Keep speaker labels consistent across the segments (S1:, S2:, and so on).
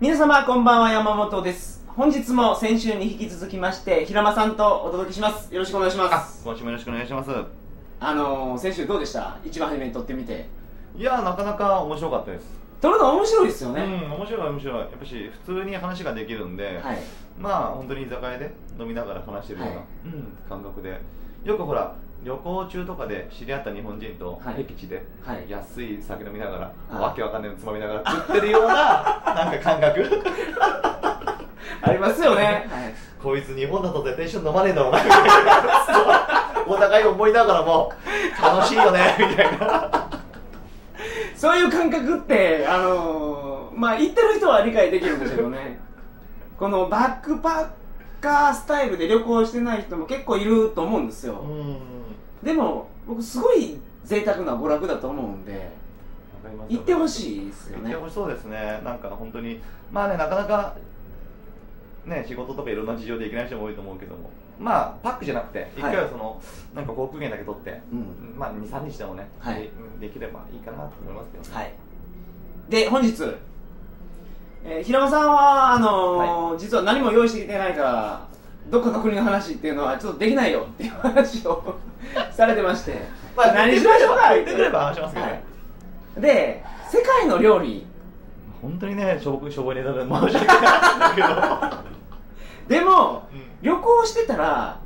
S1: 皆様こんばんは山本です本日も先週に引き続きまして平間さんとお届けしますよろしくお願いしま
S2: あ
S1: す
S2: 今週もよろしくお願いします
S1: あのー、先週どうでした一番初めに撮ってみて
S2: いやーなかなか面白かったです、
S1: 撮るの面白いですよ
S2: う
S1: ね、
S2: ん面白い面白いやっぱし普通に話ができるんで、
S1: はい
S2: まあ本当に居酒屋で飲みながら話してるような、
S1: はい
S2: うん感覚でよくほら旅行中とかで知り合った日本人と
S1: はい
S2: 僻地で
S1: はい
S2: 安い酒飲みながら、
S1: あ
S2: わけわかんないのつまみながら食ってるよう ななんか感覚
S1: ありますよね、はい
S2: こいつ日本だと絶対一緒に飲まねえだろうなみた いなお互い思いながらも楽しいよねみた いな
S1: そういう感覚って、あのーまあ、言ってる人は理解できるんですけどね、 このバックパッカースタイルで旅行してない人も結構いると思うんですよ、
S2: んわ
S1: でも、僕、すごい贅沢な娯楽だと思うんで、
S2: かります
S1: 行ってほしいですよ
S2: 行っ
S1: ね
S2: て。ほしそうですね、なんか本当に、まあね、なかなか、ね、仕事とかいろんな事情で行けない人も多いと思うけども、まあ、パックじゃなくて、一回はその、なんか航空券だけ取って、
S1: うん
S2: まあ、2、3日でもね、
S1: はい
S2: で、できればいいかなと思いますけどね。
S1: はい、で、本日、えー平間さんはあのー実は何も用意してきてないから、どっかの国の話っていうのはちょっとできないよっていう話をされてまして、
S2: まあ
S1: 何しましょうか
S2: 言ってくれば話しますけどね
S1: はいで、世界の料理、
S2: 本当にね、しょぼくしょぼいネタで申し訳ないんだ
S1: でも、
S2: うん
S1: 旅行してたら、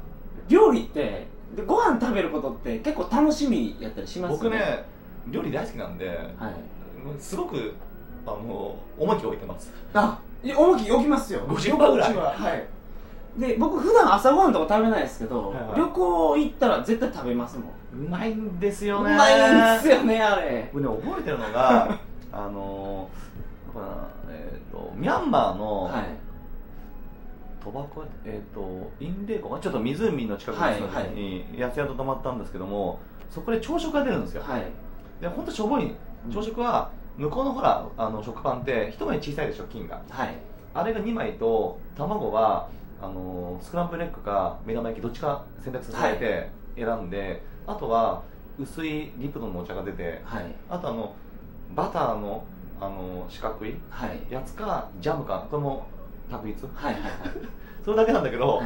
S1: 料理って、でご飯食べることって結構楽しみやったりし
S2: け
S1: ま
S2: ど、
S1: す
S2: 僕ね、料理大好きなんで、
S1: はい、
S2: すごく、あの、重きを置いてます。
S1: あいや重き置きますよ
S2: 50%ぐらい
S1: 僕ははいで僕普段朝ごはんとか食べないですけど、
S2: はいはい
S1: 旅行行ったら絶対食べますもん
S2: うまいんですよ
S1: う
S2: ね。
S1: まいんですよねあれ
S2: 僕ね覚えてるの があのーどこだなえー、とミャンマーの
S1: はい
S2: 賭博、えー、とインデー湖ちょっと湖の近くに住んで
S1: はい
S2: る時に安宿と泊まったんですけどもそこで朝食が出るんですよ、
S1: はい
S2: で本当しょぼい朝食は向こうのほらあの食パンって一枚小さいでしょ金が
S1: はい
S2: あれが2枚と卵はあのースクランブルエッグか目玉焼きどっちか選択させて選んで、あとは薄いリプトンのお茶が出て
S1: はい
S2: あとあのバターのあの四角い
S1: はいはい
S2: やつかジャムかこれも択一
S1: はいはい
S2: それだけなんだけど、
S1: は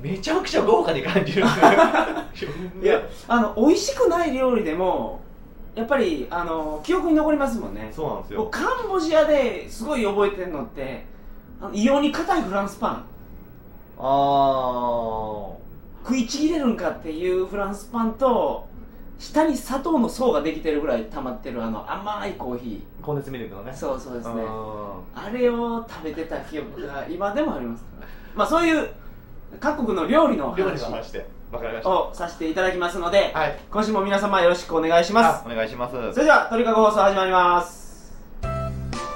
S2: めちゃくちゃ豪華に感じる
S1: いいやあの美味しくない料理でもやっぱりあの記憶に残りますもんね
S2: そうなんです
S1: 僕
S2: よ
S1: カンボジアですごい覚えてるのってあの異様に硬いフランスパン
S2: あ
S1: 食いちぎれるんかっていうフランスパンと下に砂糖の層ができてるぐらい溜まってるあの甘いコーヒ
S2: あコンデンスミルクのね
S1: ーそうそうですね
S2: あ
S1: あれを食べてた記憶が今でもありますからまあそういう各国の料理の
S2: ー料理の
S1: 話
S2: 話でわかりました
S1: をさせていただきますので
S2: はい
S1: 今週も皆様よろしくお願いします
S2: あお願いします
S1: それでは、トリカゴ放送始まります。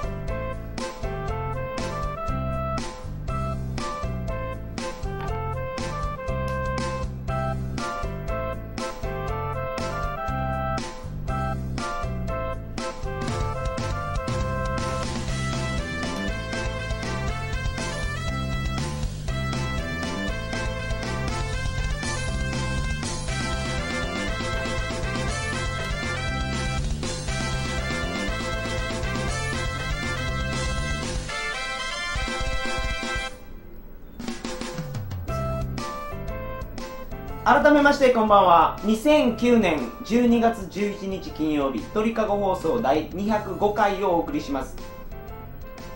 S1: 改めまして、こんばんは。2009年12月11日金曜日、トリカゴ放送第205回をお送りします。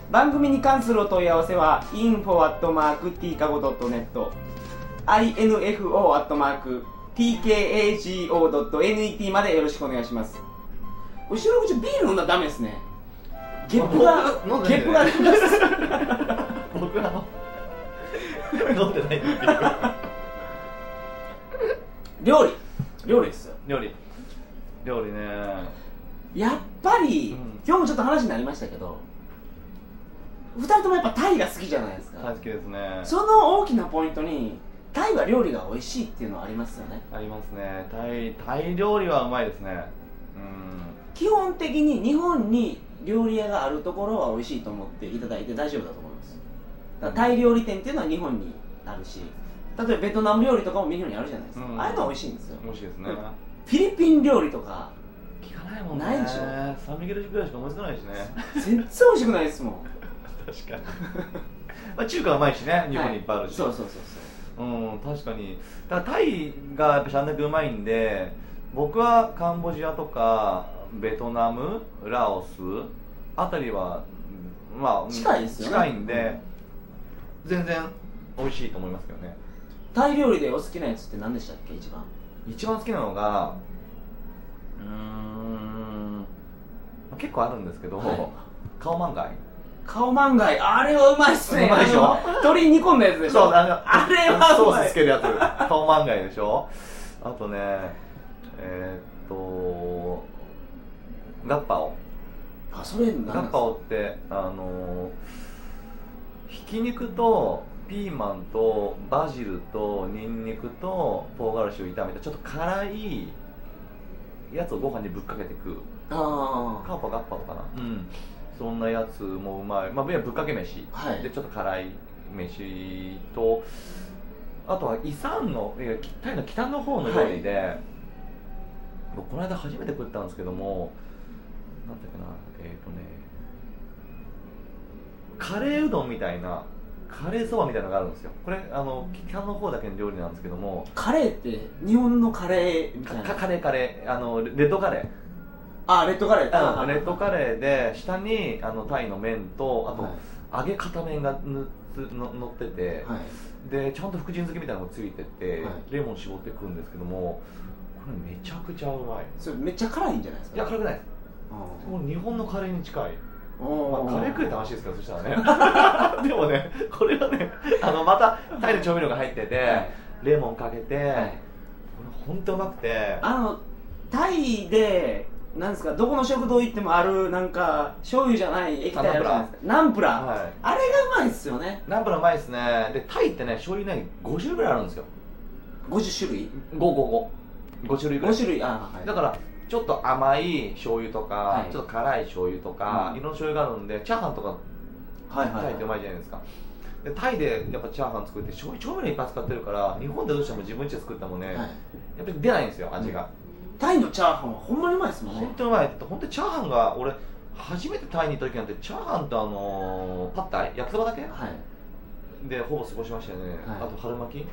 S1: 番組に関するお問い合わせは、info.tkago.net、info.tkago.net までよろしくお願いします。これ収録中ビール飲んだらダメですね。ゲップが
S2: あ飲ん、で
S1: ゲ
S2: ない
S1: ップが出ます。
S2: 僕らの飲んでないっていう
S1: 料理。料理ですよ。
S2: 料理料理ね
S1: やっぱり、
S2: うん
S1: 今日もちょっと話になりましたけど2人ともやっぱタイが好きじゃないですか、
S2: 大好きですね
S1: その大きなポイントにタイは料理が美味しいっていうのはありますよね
S2: ありますねタイタイ料理はうまいですね
S1: 基本的に日本に料理屋があるところは美味しいと思っていただいて大丈夫だと思いますだからタイ料理店っていうのは日本にあるし例えばベトナム料理とかも日本にあるじゃないですか、
S2: うん
S1: ああいうのは美味しいんですよ
S2: うん美味しいですね
S1: うんフィリピン料理とか
S2: 聞かないもんね
S1: ないでしょ
S2: サンミゲルぐらいしか思いつかないしね
S1: 全然美味しくないですもん
S2: 確かに まあ中華はうまいしね日本にいっぱいあるし、
S1: そうそうそうそう
S2: うん確かにだからタイがやっぱしあんだけうまいんで僕はカンボジアとかベトナムラオスあたりはうんまあ
S1: 近いですよね
S2: 近いんで、全然美味しいと思いますけどね
S1: タイ料理でお好きなやつって何でしたっけ一番
S2: 一番好きなのがうーんまあ結構あるんですけど、
S1: はい
S2: カオマンガイ
S1: カオマンガイあれはうまいっすね
S2: うまいでしょ
S1: あの鶏煮込んだやつでしょ
S2: そうあの
S1: あれはう
S2: ソ
S1: ま
S2: ー
S1: い
S2: スつけるやつ顔漫画でしょあとねえーっとガッパオ
S1: あそれ何
S2: ガ
S1: なんで
S2: ッ
S1: す
S2: パ
S1: か
S2: オってあのひき肉とピーマンとバジルとニンニクと唐辛子を炒めたちょっと辛いやつをご飯にぶっかけて食う
S1: あ
S2: カーパガッパオかなうんそんなやつもうまいまあいやぶっかけ飯
S1: あはい
S2: でちょっと辛い飯とあとはイサンのいやタイの北の方の料理で、僕この間初めて食ったんですけどもなんだっけなえっ、とねカレーうどんみたいなカレーそばみたいなのがあるんですよこれあの北の方だけの料理なんですけども
S1: カレーって日本のカレーみた
S2: か
S1: い
S2: か
S1: な
S2: カレーカレーあのレレッドカレー
S1: あレッドカレー
S2: あ
S1: あ
S2: レッドカレーで下にあのタイの麺とあと、
S1: はい
S2: 揚げ片面がぬつの乗ってて、
S1: はい
S2: でちゃんと福神漬けみたいなのがついてて、
S1: は
S2: レモン絞っていくんですけどもこれめちゃくちゃうまい
S1: それめっちゃ辛いんじゃないですか
S2: いや辛くないです
S1: うん
S2: もう日本のカレーに近い、ま
S1: お
S2: あ、カレー食えた
S1: は
S2: 話ですけどそしたらね でもねこれはねあのまたタイの調味料が入ってて、レモンかけて、
S1: いはい
S2: これ本当うまくて
S1: あのタイでなんですかどこの食堂行ってもあるなんか醤油じゃない液体あるじゃないですかナンプラ
S2: は
S1: あれがうまいっすよね
S2: いナンプラーうまいですねでタイってね醤油ね50ぐらいあるんですよ
S1: 50種類
S2: 555 5種類ぐらい
S1: 5種類あはい
S2: だからちょっと甘い醤油とか、
S1: はい
S2: ちょっと辛い醤油とか、
S1: うん
S2: いろんな醤油があるんでチャーハンとか
S1: はいはい
S2: タ
S1: は
S2: イってう
S1: い
S2: まいじゃないですか、でタイでやっぱチャーハン作って醤油調味料いっぱい使ってるから日本でどうしても自分家で作ったもんね、
S1: はい
S2: やっぱり出ないんですよ味が、
S1: タイのチャーハンはほんまにうまいですもんね
S2: 本当にうまい本当にチャーハンが俺初めてタイに行った時なんてチャーハンとあのーパッタイ焼きそばだけ
S1: はい
S2: でほぼ過ごしましたよね、
S1: はい
S2: あと春巻き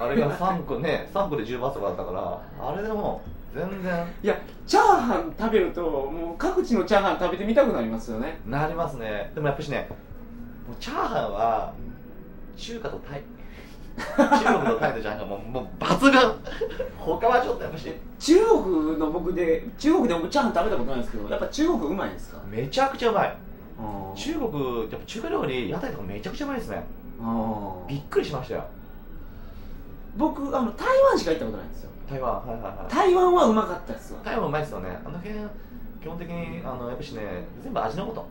S2: あれが3個ね3個で10バーツとかだったからあれでも全然
S1: いやチャーハン食べるともう各地のチャーハン食べてみたくなりますよね
S2: なりますねでもやっぱしねもうチャーハンは中華とタイ中国とタイのチャーハンがもうもう抜群他はちょっとやっぱし
S1: 中国の僕で中国で僕チャーハン食べたことないんですけどやっぱ中国うまいんですか
S2: めちゃくちゃうまい
S1: あ
S2: 中国やっぱ中華料理屋台とかめちゃくちゃうまいですね
S1: あ
S2: びっくりしましたよ
S1: 僕あの台湾しか行ったことないんですよ
S2: 台湾はいはいはい
S1: 台湾はうまかったですわ
S2: 台湾うまいですよねあの辺基本的にあのやっぱしね全部味の素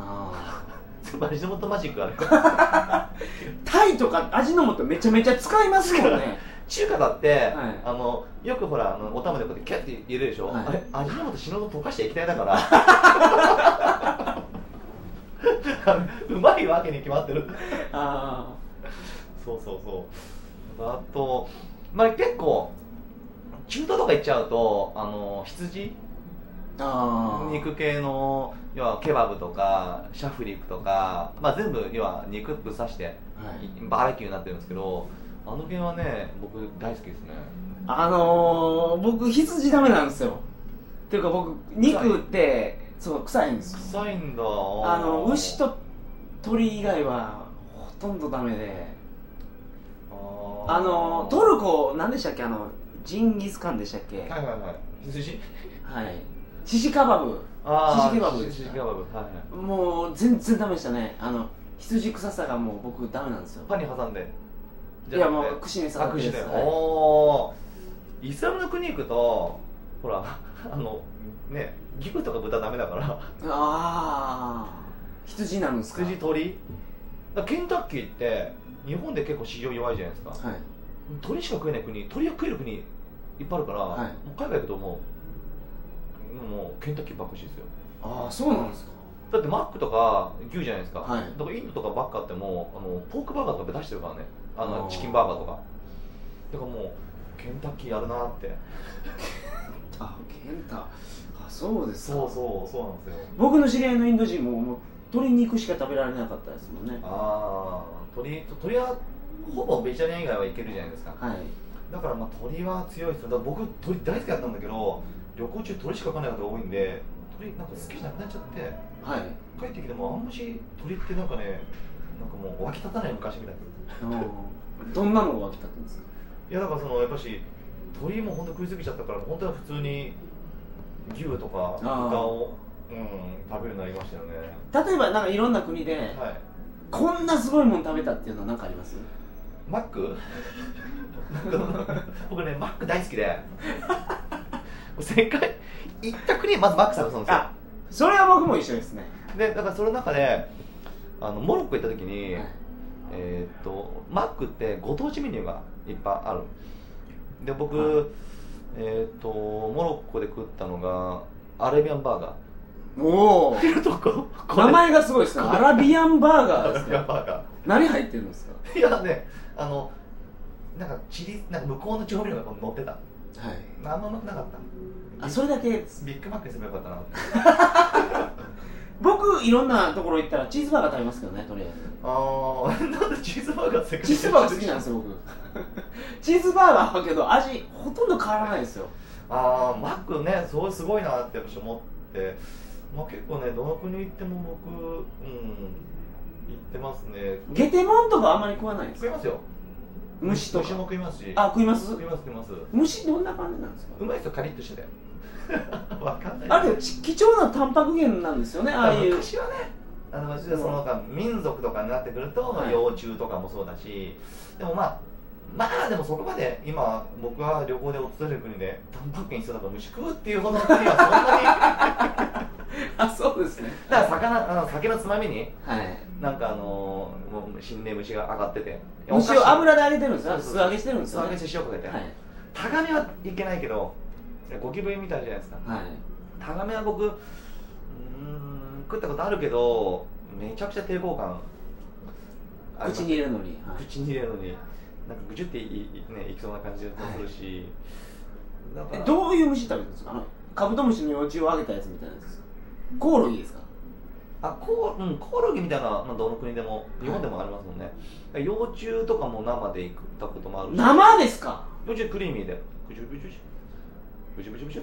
S1: あ
S2: 全部味の素マジックがあるから
S1: タイとか味の素めちゃめちゃ使いますもんね
S2: 中華だって、
S1: い
S2: あのよくほらあのお玉でこうやってキャッて入れるでしょ、
S1: はい
S2: あれ味の素死ぬほど溶かして液体だから うまいわけに決まってる
S1: あ
S2: そうそうそうあとまあ結構中東とか行っちゃうとあの羊
S1: あああ
S2: 肉系の要はケバブとかシャフリックとか、まあ、全部要は肉ぶっ刺して
S1: はい、
S2: バーベキューになってるんですけどあの辺はね僕大好きですね
S1: あのー、僕羊ダメなんですよっていうか僕肉ってそう臭いんですよ
S2: 臭いんだ
S1: あの牛と鳥以外はほとんどダメであのトルコ何でしたっけあのジンギスカンでしたっけ
S2: はいはいはい羊
S1: はいシシカバブ
S2: あ
S1: シ
S2: ー
S1: シケバブ
S2: シシケバブはいはい
S1: もう全然ダメでしたねあの羊臭さがもう僕ダメなんですよ
S2: パンに挟んで
S1: いやもう串に刺さって
S2: 握
S1: る
S2: 手
S1: やつ、
S2: だよ
S1: はい
S2: おーイスラムの国行くとほら あのね牛とか豚ダメだから
S1: ああ羊なんですか
S2: 羊鳥だからケンタッキーって日本で結構市場弱いじゃないですか
S1: はい
S2: 鳥しか食えない国鳥が食える国いっぱいあるから、
S1: はい
S2: もう海外行くともうもうケンタッキーばっかしですよ
S1: ああそうなんですか
S2: だってマックとか牛じゃないですか、
S1: はい
S2: だからインドとかばっかあってもあのポークバーガーとか出してるからねあの
S1: あー
S2: チキンバーガーとかだからもうケンタッキーやるなって
S1: あケンタあそうですか
S2: そうそうなんですよ
S1: 僕の知り合いのインド人ももう鶏肉しか食べられなかったですもんね
S2: ああ鳥鳥はほぼベジタリアン以外はいけるじゃないですか
S1: はい
S2: だからまあ鳥は強いですよだから僕鳥大好きだったんだけど旅行中鳥しか飼わない方が多いんで鳥なんか好きじゃなくなっちゃって
S1: はい
S2: 帰ってきてもあんまし鳥ってなんかねなんかもう湧き立たない昔みたいな
S1: あのどんなのが湧き立ったんですか
S2: いやだからそのやっぱし鳥も本当食いすぎちゃったから本当は普通に牛とか
S1: あー
S2: 豚を、うん、食べるようになりましたよね
S1: 例えばなんかいろんな国で
S2: はい
S1: こんなすごいもん食べたっていうのは何かあります
S2: マック 僕ねマック大好き で世界行った国まずマック探すんですよ
S1: あそれは僕も一緒ですね
S2: でだからその中であのモロッコ行った時に、
S1: はい
S2: えーっとマックってご当地メニューがいっぱいあるで僕、
S1: は
S2: えーっとモロッコで食ったのがアラビアンバーガ
S1: おお
S2: ーとここれ
S1: 名前がすごいですねアラビアンバー
S2: ア
S1: ガー
S2: ラ
S1: です
S2: ビアン
S1: ね
S2: バーガ
S1: 何入ってるんですか
S2: ーいやねあのなんかチリなんか向こうの調味料がこう乗ってた
S1: はい
S2: あんまうまくなかった
S1: あそれだけです
S2: ビッグマックにすればよかったなって
S1: 僕いろんなところ行ったらチーズバーガー食べますけどねとりあえず
S2: ああなんでチーズバーガーせっかく
S1: チーズバーガー好きなんですよ僕 チーズバーガーはけど味ほとんど変わらないですよ
S2: ああマックねそうすごいなって私思って、まあ、結構ねどの国行っても僕うん行ってますね
S1: ゲテモンとかあんまり食わないです
S2: 食いますよ
S1: 虫と
S2: 虫も
S1: か
S2: 食いますし
S1: あ食います
S2: 食います食います
S1: 虫どんな感じなんです
S2: う
S1: か
S2: まいですよカリッ としててわかんない
S1: あれち貴重なタンパク源なんですよねああいう
S2: 昔はねあの昔はその他民族とかになってくると、
S1: はい
S2: 幼虫とかもそうだしでもまあまあでもそこまで今僕は旅行で訪れる国でタンパク源必要だから虫食うっていうほどの国はそ んなに
S1: あそうですね
S2: だから魚あの酒のつまみに
S1: はい
S2: なんかあのー、もう死んで虫が上がってて
S1: 虫を油で揚げてるんですよ
S2: そうそう
S1: 素揚げしてるんです
S2: 素
S1: よ、
S2: 揚げ
S1: ね、
S2: して塩かけて、
S1: はい
S2: タガメはいけないけどゴキブリみたいじゃないですか
S1: はい
S2: タガメは僕うーん食ったことあるけどめちゃくちゃ抵抗感あります
S1: 口に入れるのに、はい
S2: 口に入れるのになんかぐじゅっていい,、ね、いきそうな感じもするし、だから
S1: えどういう虫食べるんですかあのカブトムシの幼虫を揚げたやつみたいなやつですかコオロギですか
S2: あコオ,、うん、コオロギみたいな、まあ、どの国でも日本でもありますもんね、幼虫とかも生で食ったこともあるし
S1: 生ですか
S2: 幼虫クリーミーでぐじゅぐじゅぐじゅぐじゅぐじ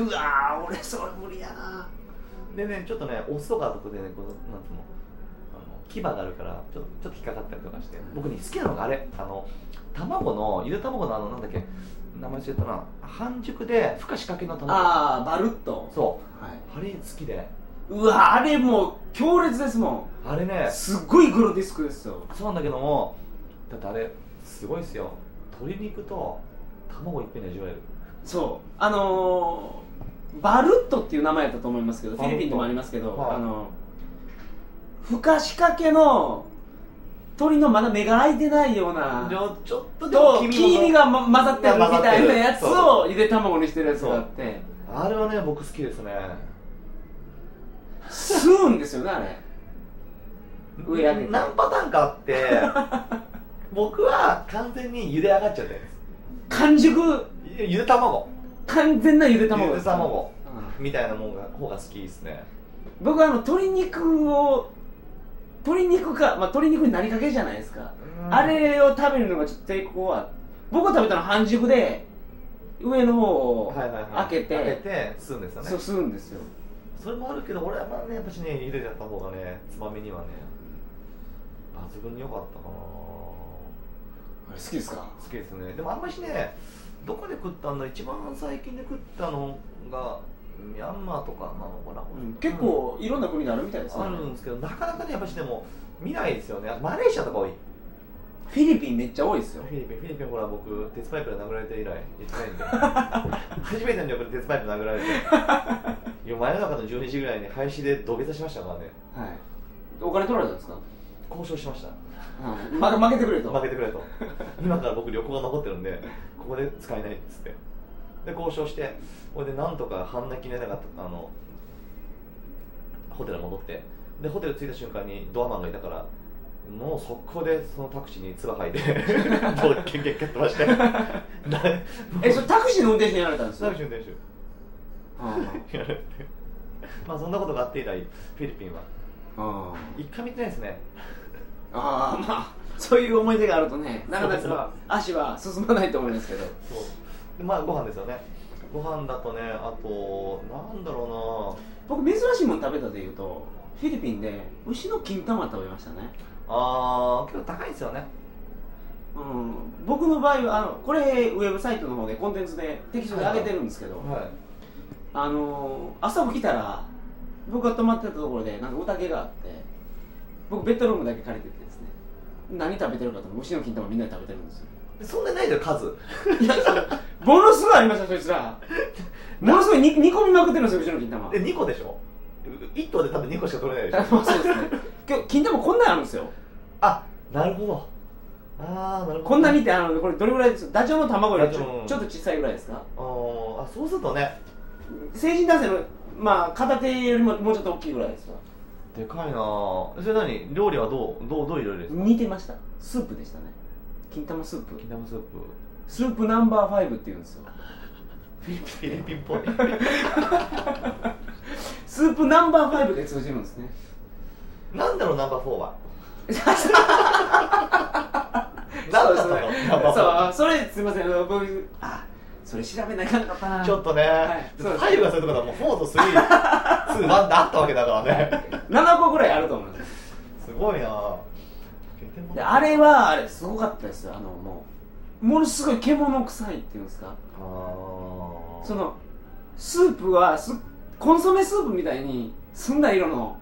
S2: ゅ
S1: うわー俺それ無理やな
S2: でねちょっとねオスとかとこでねこのなんつうのあの牙があるからちょっとちょっと引っかかったりとかして僕ね好きなのがあれあの卵のゆで卵のあのなんだっけ名前忘れたな半熟で孵化しかけの卵
S1: ああバルッと、
S2: そ
S1: はい、
S2: うあれ好きで
S1: うわあれもう強烈ですも
S2: あれ
S1: ん
S2: ね
S1: すっごいグロディスクですよ
S2: そうなんだけどもだってあれすごいっすよ鶏肉と卵いっぺんに味わえる
S1: そうあのー、バルットっていう名前だと思いますけどフ
S2: バル
S1: ィ
S2: ット
S1: リピンでもありますけど、
S2: はい
S1: あのふかしかけの鳥のまだ目が開いてないような
S2: ちょちょっとでも
S1: と
S2: 黄身の
S1: 黄身が、ま、混ざってるみたいなやつ
S2: 混ざ
S1: をゆで卵にしてるやつがあって
S2: あれはね僕好きですね
S1: 吸うんですよねあれ上上げて
S2: 何パターンかあって 僕は完全に茹で上がっちゃったや
S1: 完熟
S2: つゆゆで卵
S1: 完全なゆで卵
S2: ゆ
S1: で
S2: です卵
S1: うん
S2: みたいなもんが方が好きですね
S1: 僕はあの鶏肉を鶏肉か、まあ、鶏肉になりかけじゃないですか、あれを食べるのがちょっと抵抗は僕が食べたのは半熟で上の方を、
S2: はいはいはい
S1: 開けて
S2: 開けて吸うんですよね
S1: そうするんですよ
S2: それもあるけど俺はまあねやっぱしね茹でちゃった方がねつまみにはね抜群に良かったかな
S1: あれ好きですか
S2: 好きですねでもあんましねどこで食ったんだ一番最近で食ったのがミャンマーとかなのかな、
S1: うん結構いろんな国にあるみたいですね、
S2: あるんですけどなかなかねやっぱしでも見ないですよねマレーシアとか多い
S1: フィリピンめっちゃ多いですよ
S2: フィリピンフィリピンほら僕鉄パイプで殴られて以来行ってない んで初めての旅行で鉄パイプ殴られていや真夜中の12時ぐらいに廃止で土下座しましたからね
S1: はいお金取られたんですか、
S2: 交渉しました
S1: うんま、負けてくれと
S2: 負けてくれと今から僕旅行が残ってるんでここで使えないっつってで交渉してこれでなんとか半泣き寝ながらあのホテル戻ってでホテル着いた瞬間にドアマンがいたからもう速攻でそのタクシーに唾吐いてドッキンキン蹴っ飛ばしてな
S1: え それタクシーの運転手にやられたんです
S2: タ
S1: よ
S2: クシー運転
S1: うん
S2: 手やられてまあそんなことがあって以来フィリピンは
S1: あ
S2: 一回見てないですね
S1: あーまあそういう思い出があるとねなかなか足は進まないと思いますけど
S2: そうでまあご飯ですよねご飯だとねあとなんだろ
S1: 僕珍しいもの食べたでいうとフィリピンで牛の金玉食べましたね
S2: うなあー結構高いですよね
S1: うん僕の場合はあのこれウェブサイトの方でコンテンツで適当に上げてるんですけど、
S2: は
S1: あのー朝起きたら僕が泊まってたところでなんか宴があって僕ベッドルームだけ借りててですね何食べてるかと思う牛の金玉みんなで食べてるんですよ
S2: いそんなにないで数
S1: いやそうものすごいありましたそいつ らものすごいに煮込みまくってるんですよ牛の金玉
S2: え2個でしょ1頭で多分2個しか取れないでしょ
S1: あそうですね今日金玉こんなんあるんですよ
S2: あなるほどああなるほど
S1: こんなにってあのこれどれぐらいですダチョウの卵よりち
S2: ダチョウ
S1: ょ
S2: の
S1: ちょっと小さいぐらいですか
S2: あーあそうするとね
S1: 成人男性のまあ片手よりももうちょっと大きいぐらいですわ
S2: でかいなーそれ何料理はどうどうどういう料理ですか
S1: 似てましたスープでしたね金玉スープ
S2: 金玉スープ
S1: スープナンバーファイブって言うんですよ
S2: フィリピンっぽい
S1: スープナンバーファイブで通じるんです ね
S2: なんだろうナンバーフォーは
S1: そう
S2: なんだ
S1: そう
S2: ろうナンバーフォー
S1: そうそれすいませんあの僕あそれ調べなきゃなかったな
S2: ちょっとね、
S1: はいそうです
S2: ファイブがそういうとこだもうフォーとスリー、ツ ー、ワンであったわけだからね。
S1: 7個ぐらいあると思います
S2: すごいなぁ。
S1: であれはあれすごかったですよあのもうものすごい獣臭いっていうんですか
S2: あー
S1: そのスープはすコンソメスープみたいに澄んだ色の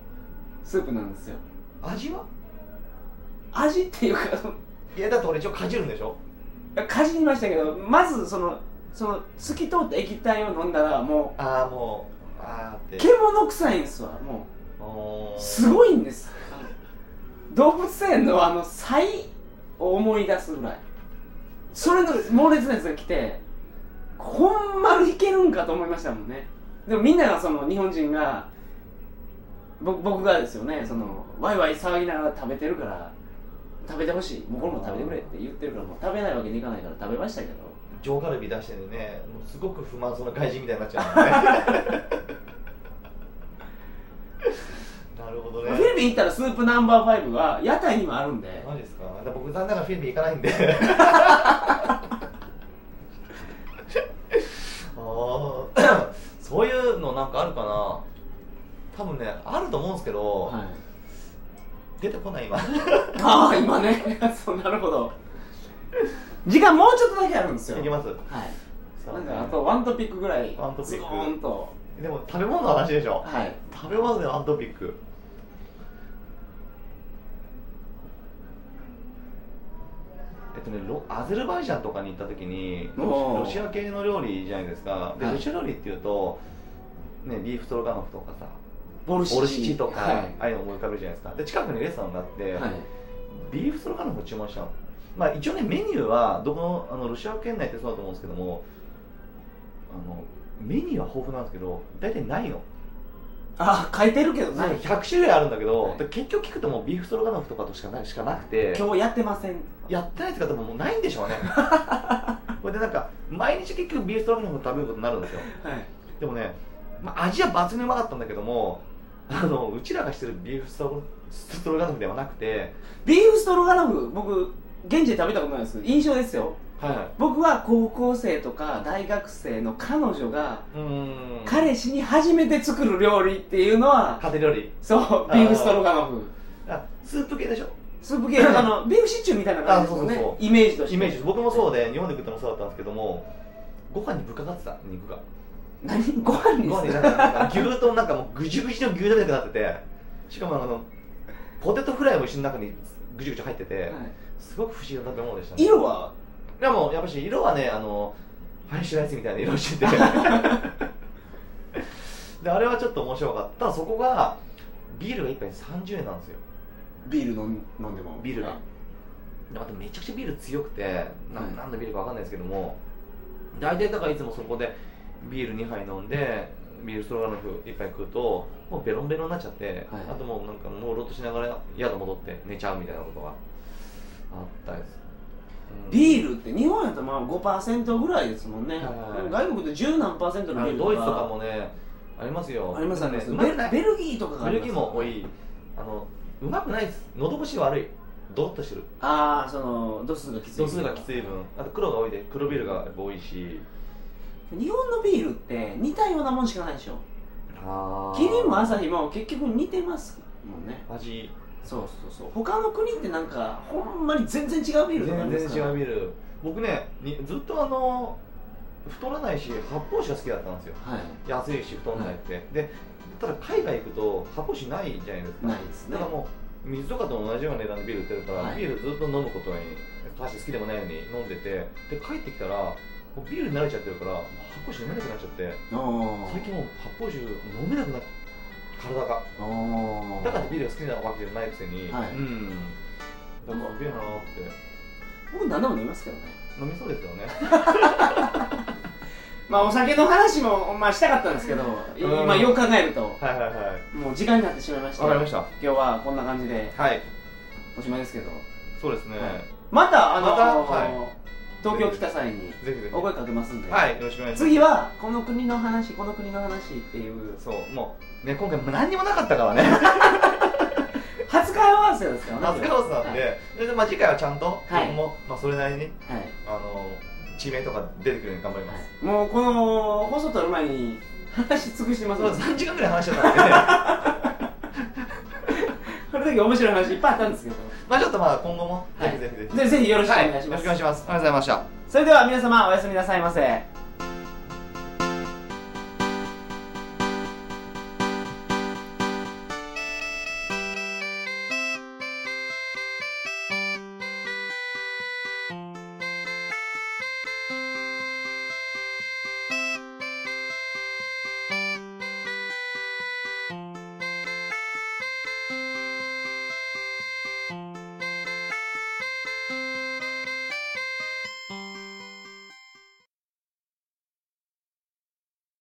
S1: スープなんですよ
S2: 味は
S1: 味っていうかその
S2: いやだって俺一応かじるんでしょ
S1: かじりましたけどまずそのその透き通った液体を飲んだらも
S2: ああもうあー
S1: う
S2: って
S1: 獣臭いんですわも
S2: お
S1: う
S2: ー
S1: すごいんですあの動物園のあのサイを思い出すぐらいそれの猛烈なやつが来てほんまにいけるんかと思いましたもんねでもみんながその日本人がぼ僕がですよねそのワイワイ騒ぎながら食べてるから食べてほしいもうこれも食べてくれって言ってるからもう食べないわけにいかないから食べましたけど
S2: 上カルビ出しててねもうすごく不満そうな外人みたいになっちゃうもんね なるほどね
S1: フィリピン行ったらスープナンバーファイブは屋台にもあるんで
S2: マジですかだから僕残念ながらフィリピン行かないんで ああそういうのなんかあるかな多分ねあると思うんですけど、
S1: はい
S2: 出てこな い今
S1: ああ今ね そうなるほど時間もうちょっとだけあるんですよ
S2: いきます
S1: はい
S2: さ
S1: なんかあとワントピックぐらい
S2: ワントピック
S1: ズコーンと
S2: でも食べ物の話でしょ
S1: はい
S2: 食べ物でワントピックえっとね、ロアゼルバイジャンとかに行った時に
S1: おー
S2: ロシア系の料理じゃないですかで
S1: はい
S2: ロシア料理っていうと、ね、ビーフストロガノフとかさ
S1: ボルシチ
S2: ボルシチとか、
S1: はい
S2: ああいうの思い浮かべるじゃないですかで近くにレストランがあって、
S1: はい
S2: ビーフストロガノフを注文したの、まあ、一応ねメニューはどこのあのロシア圏内ってそうだと思うんですけどもあのメニューは豊富なんですけど大体ないの
S1: あ書いてるけどね
S2: なんか100種類あるんだけど、
S1: はい
S2: で結局聞くともうビーフストロガノフとかとしかないしかなくて
S1: 今日やってません
S2: やってないやつが多分もうないんでしょうね これでなんか毎日結局ビーフストロガノフを食べることになるんですよ
S1: はい
S2: でもね、まあ、味は抜群にうまかったんだけどもあのうちらがしてるビーフストロストロガノフではなくて、
S1: ビーフストロガノフ僕現地で食べたことないです印象ですよ
S2: は
S1: 僕は高校生とか大学生の彼女が
S2: い、うーん
S1: 彼氏に初めて作る料理っていうのは
S2: 家庭料理
S1: そうビーフストロガノフ
S2: あスープ系でしょ
S1: スープ系のあ のビーフシチューみたいな感じですよね
S2: あそうそうそ
S1: イメージとして
S2: イメージ僕もそうで日本で食ってもそうだったんですけどもご飯にぶっかかってた肉が
S1: 何ご飯
S2: ご飯
S1: で
S2: に
S1: す
S2: なん
S1: か
S2: かなんか牛丼なんかもうぐじゅぐじゅの牛丼みたいになっててしかもあのポテトフライも一緒の中にぐじゅぐじゅ入ってて、
S1: は
S2: すごく不思議な食べ物でした
S1: い
S2: ね
S1: 色は
S2: でもやっぱし色はねあのハイシュライスみたいな色してて であれはちょっと面白かったただそこがビールが1杯30円なんですよ
S1: ビール飲ん飲んでも
S2: ビールが、
S1: はい
S2: でまためちゃくちゃビール強くてな
S1: はい
S2: 何のビールかわかんないですけども大体だからいつもそこでビール2杯飲んでビールストロガノフ1杯食うともうベロンベロンになっちゃって、
S1: はい
S2: あともうなんか朦朧としながら宿戻って寝ちゃうみたいなことがあったです、
S1: ビ
S2: ー
S1: ールって日本やとまあ5%ぐらいですもんね、
S2: はい
S1: 外国で10何パーセントのビール
S2: ドイツとかもねありますよ
S1: ありますありますベ
S2: うまくない
S1: ベルギーとかが
S2: ベルギーも多
S1: い
S2: いあのうまくないです喉越し悪いドロッとしてる
S1: ああその度数がきつい
S2: 度数がきつい分あと黒が多いで黒ビールが多いし
S1: 日本のビールって似たようなもんしかないでしょ
S2: あ
S1: キリンもアサヒも結局似てますもんね
S2: 味
S1: そうそうそう他の国ってなんかほんまに全然違うビールとかあり
S2: 全
S1: ますから
S2: 然違うビール僕ねにずっとあの太らないし発泡酒が好きだったんですよ
S1: はい
S2: 安いし太んないって、でただ海外行くと発泡酒ないじゃないですか
S1: ないですね
S2: だからもう水とかと同じような値段でビール売ってるから、
S1: はい
S2: ビールずっと飲むことに大して好きでもないのに飲んでてで帰ってきたらもうビールに慣れちゃってるからもう発泡酒飲めなくなっちゃって
S1: あー
S2: 最近もう発泡酒飲めなくなっ体が
S1: あ
S2: だからビールが好きなわけじゃないくせに、
S1: はい
S2: うんだからビールなーって
S1: 僕何でも飲みますけどね
S2: 飲みそうですよね
S1: まあお酒の話も、まあ、したかったんですけど、い
S2: うん
S1: 今よく考えると
S2: はいはいはい
S1: もう時間になってしまいました
S2: わかりました
S1: 今日はこんな感じで
S2: はい
S1: おしまいですけど
S2: そうですね、
S1: はいまたあの
S2: またはい
S1: 東京来た際に
S2: ぜひぜひ
S1: お声かけますんで、
S2: はいよろしくお願いします
S1: 次はこの国の話この国の話っていう
S2: そうもうね今回もう何にもなかったからね
S1: 初会合わせですからね
S2: 夏川さんで、でまあ、次回はちゃんと、
S1: はい
S2: 僕も、まあ、それなりに
S1: はい、はい
S2: あの地名とか出てくるように頑張ります、
S1: もうこの放送取る前に話し尽くしてます
S2: そ
S1: の
S2: う
S1: で
S2: 3時間ぐらい話しちゃ ったんで
S1: これだけ面白い話いっぱいあったんですけ
S2: まあちょっとまあ今後も、
S1: はい
S2: ぜひぜひぜひ
S1: どぜひぜひよろしくお
S2: は
S1: 願いします、
S2: よろしくお願いしますありがとうございました
S1: それでは皆様おやすみなさいませ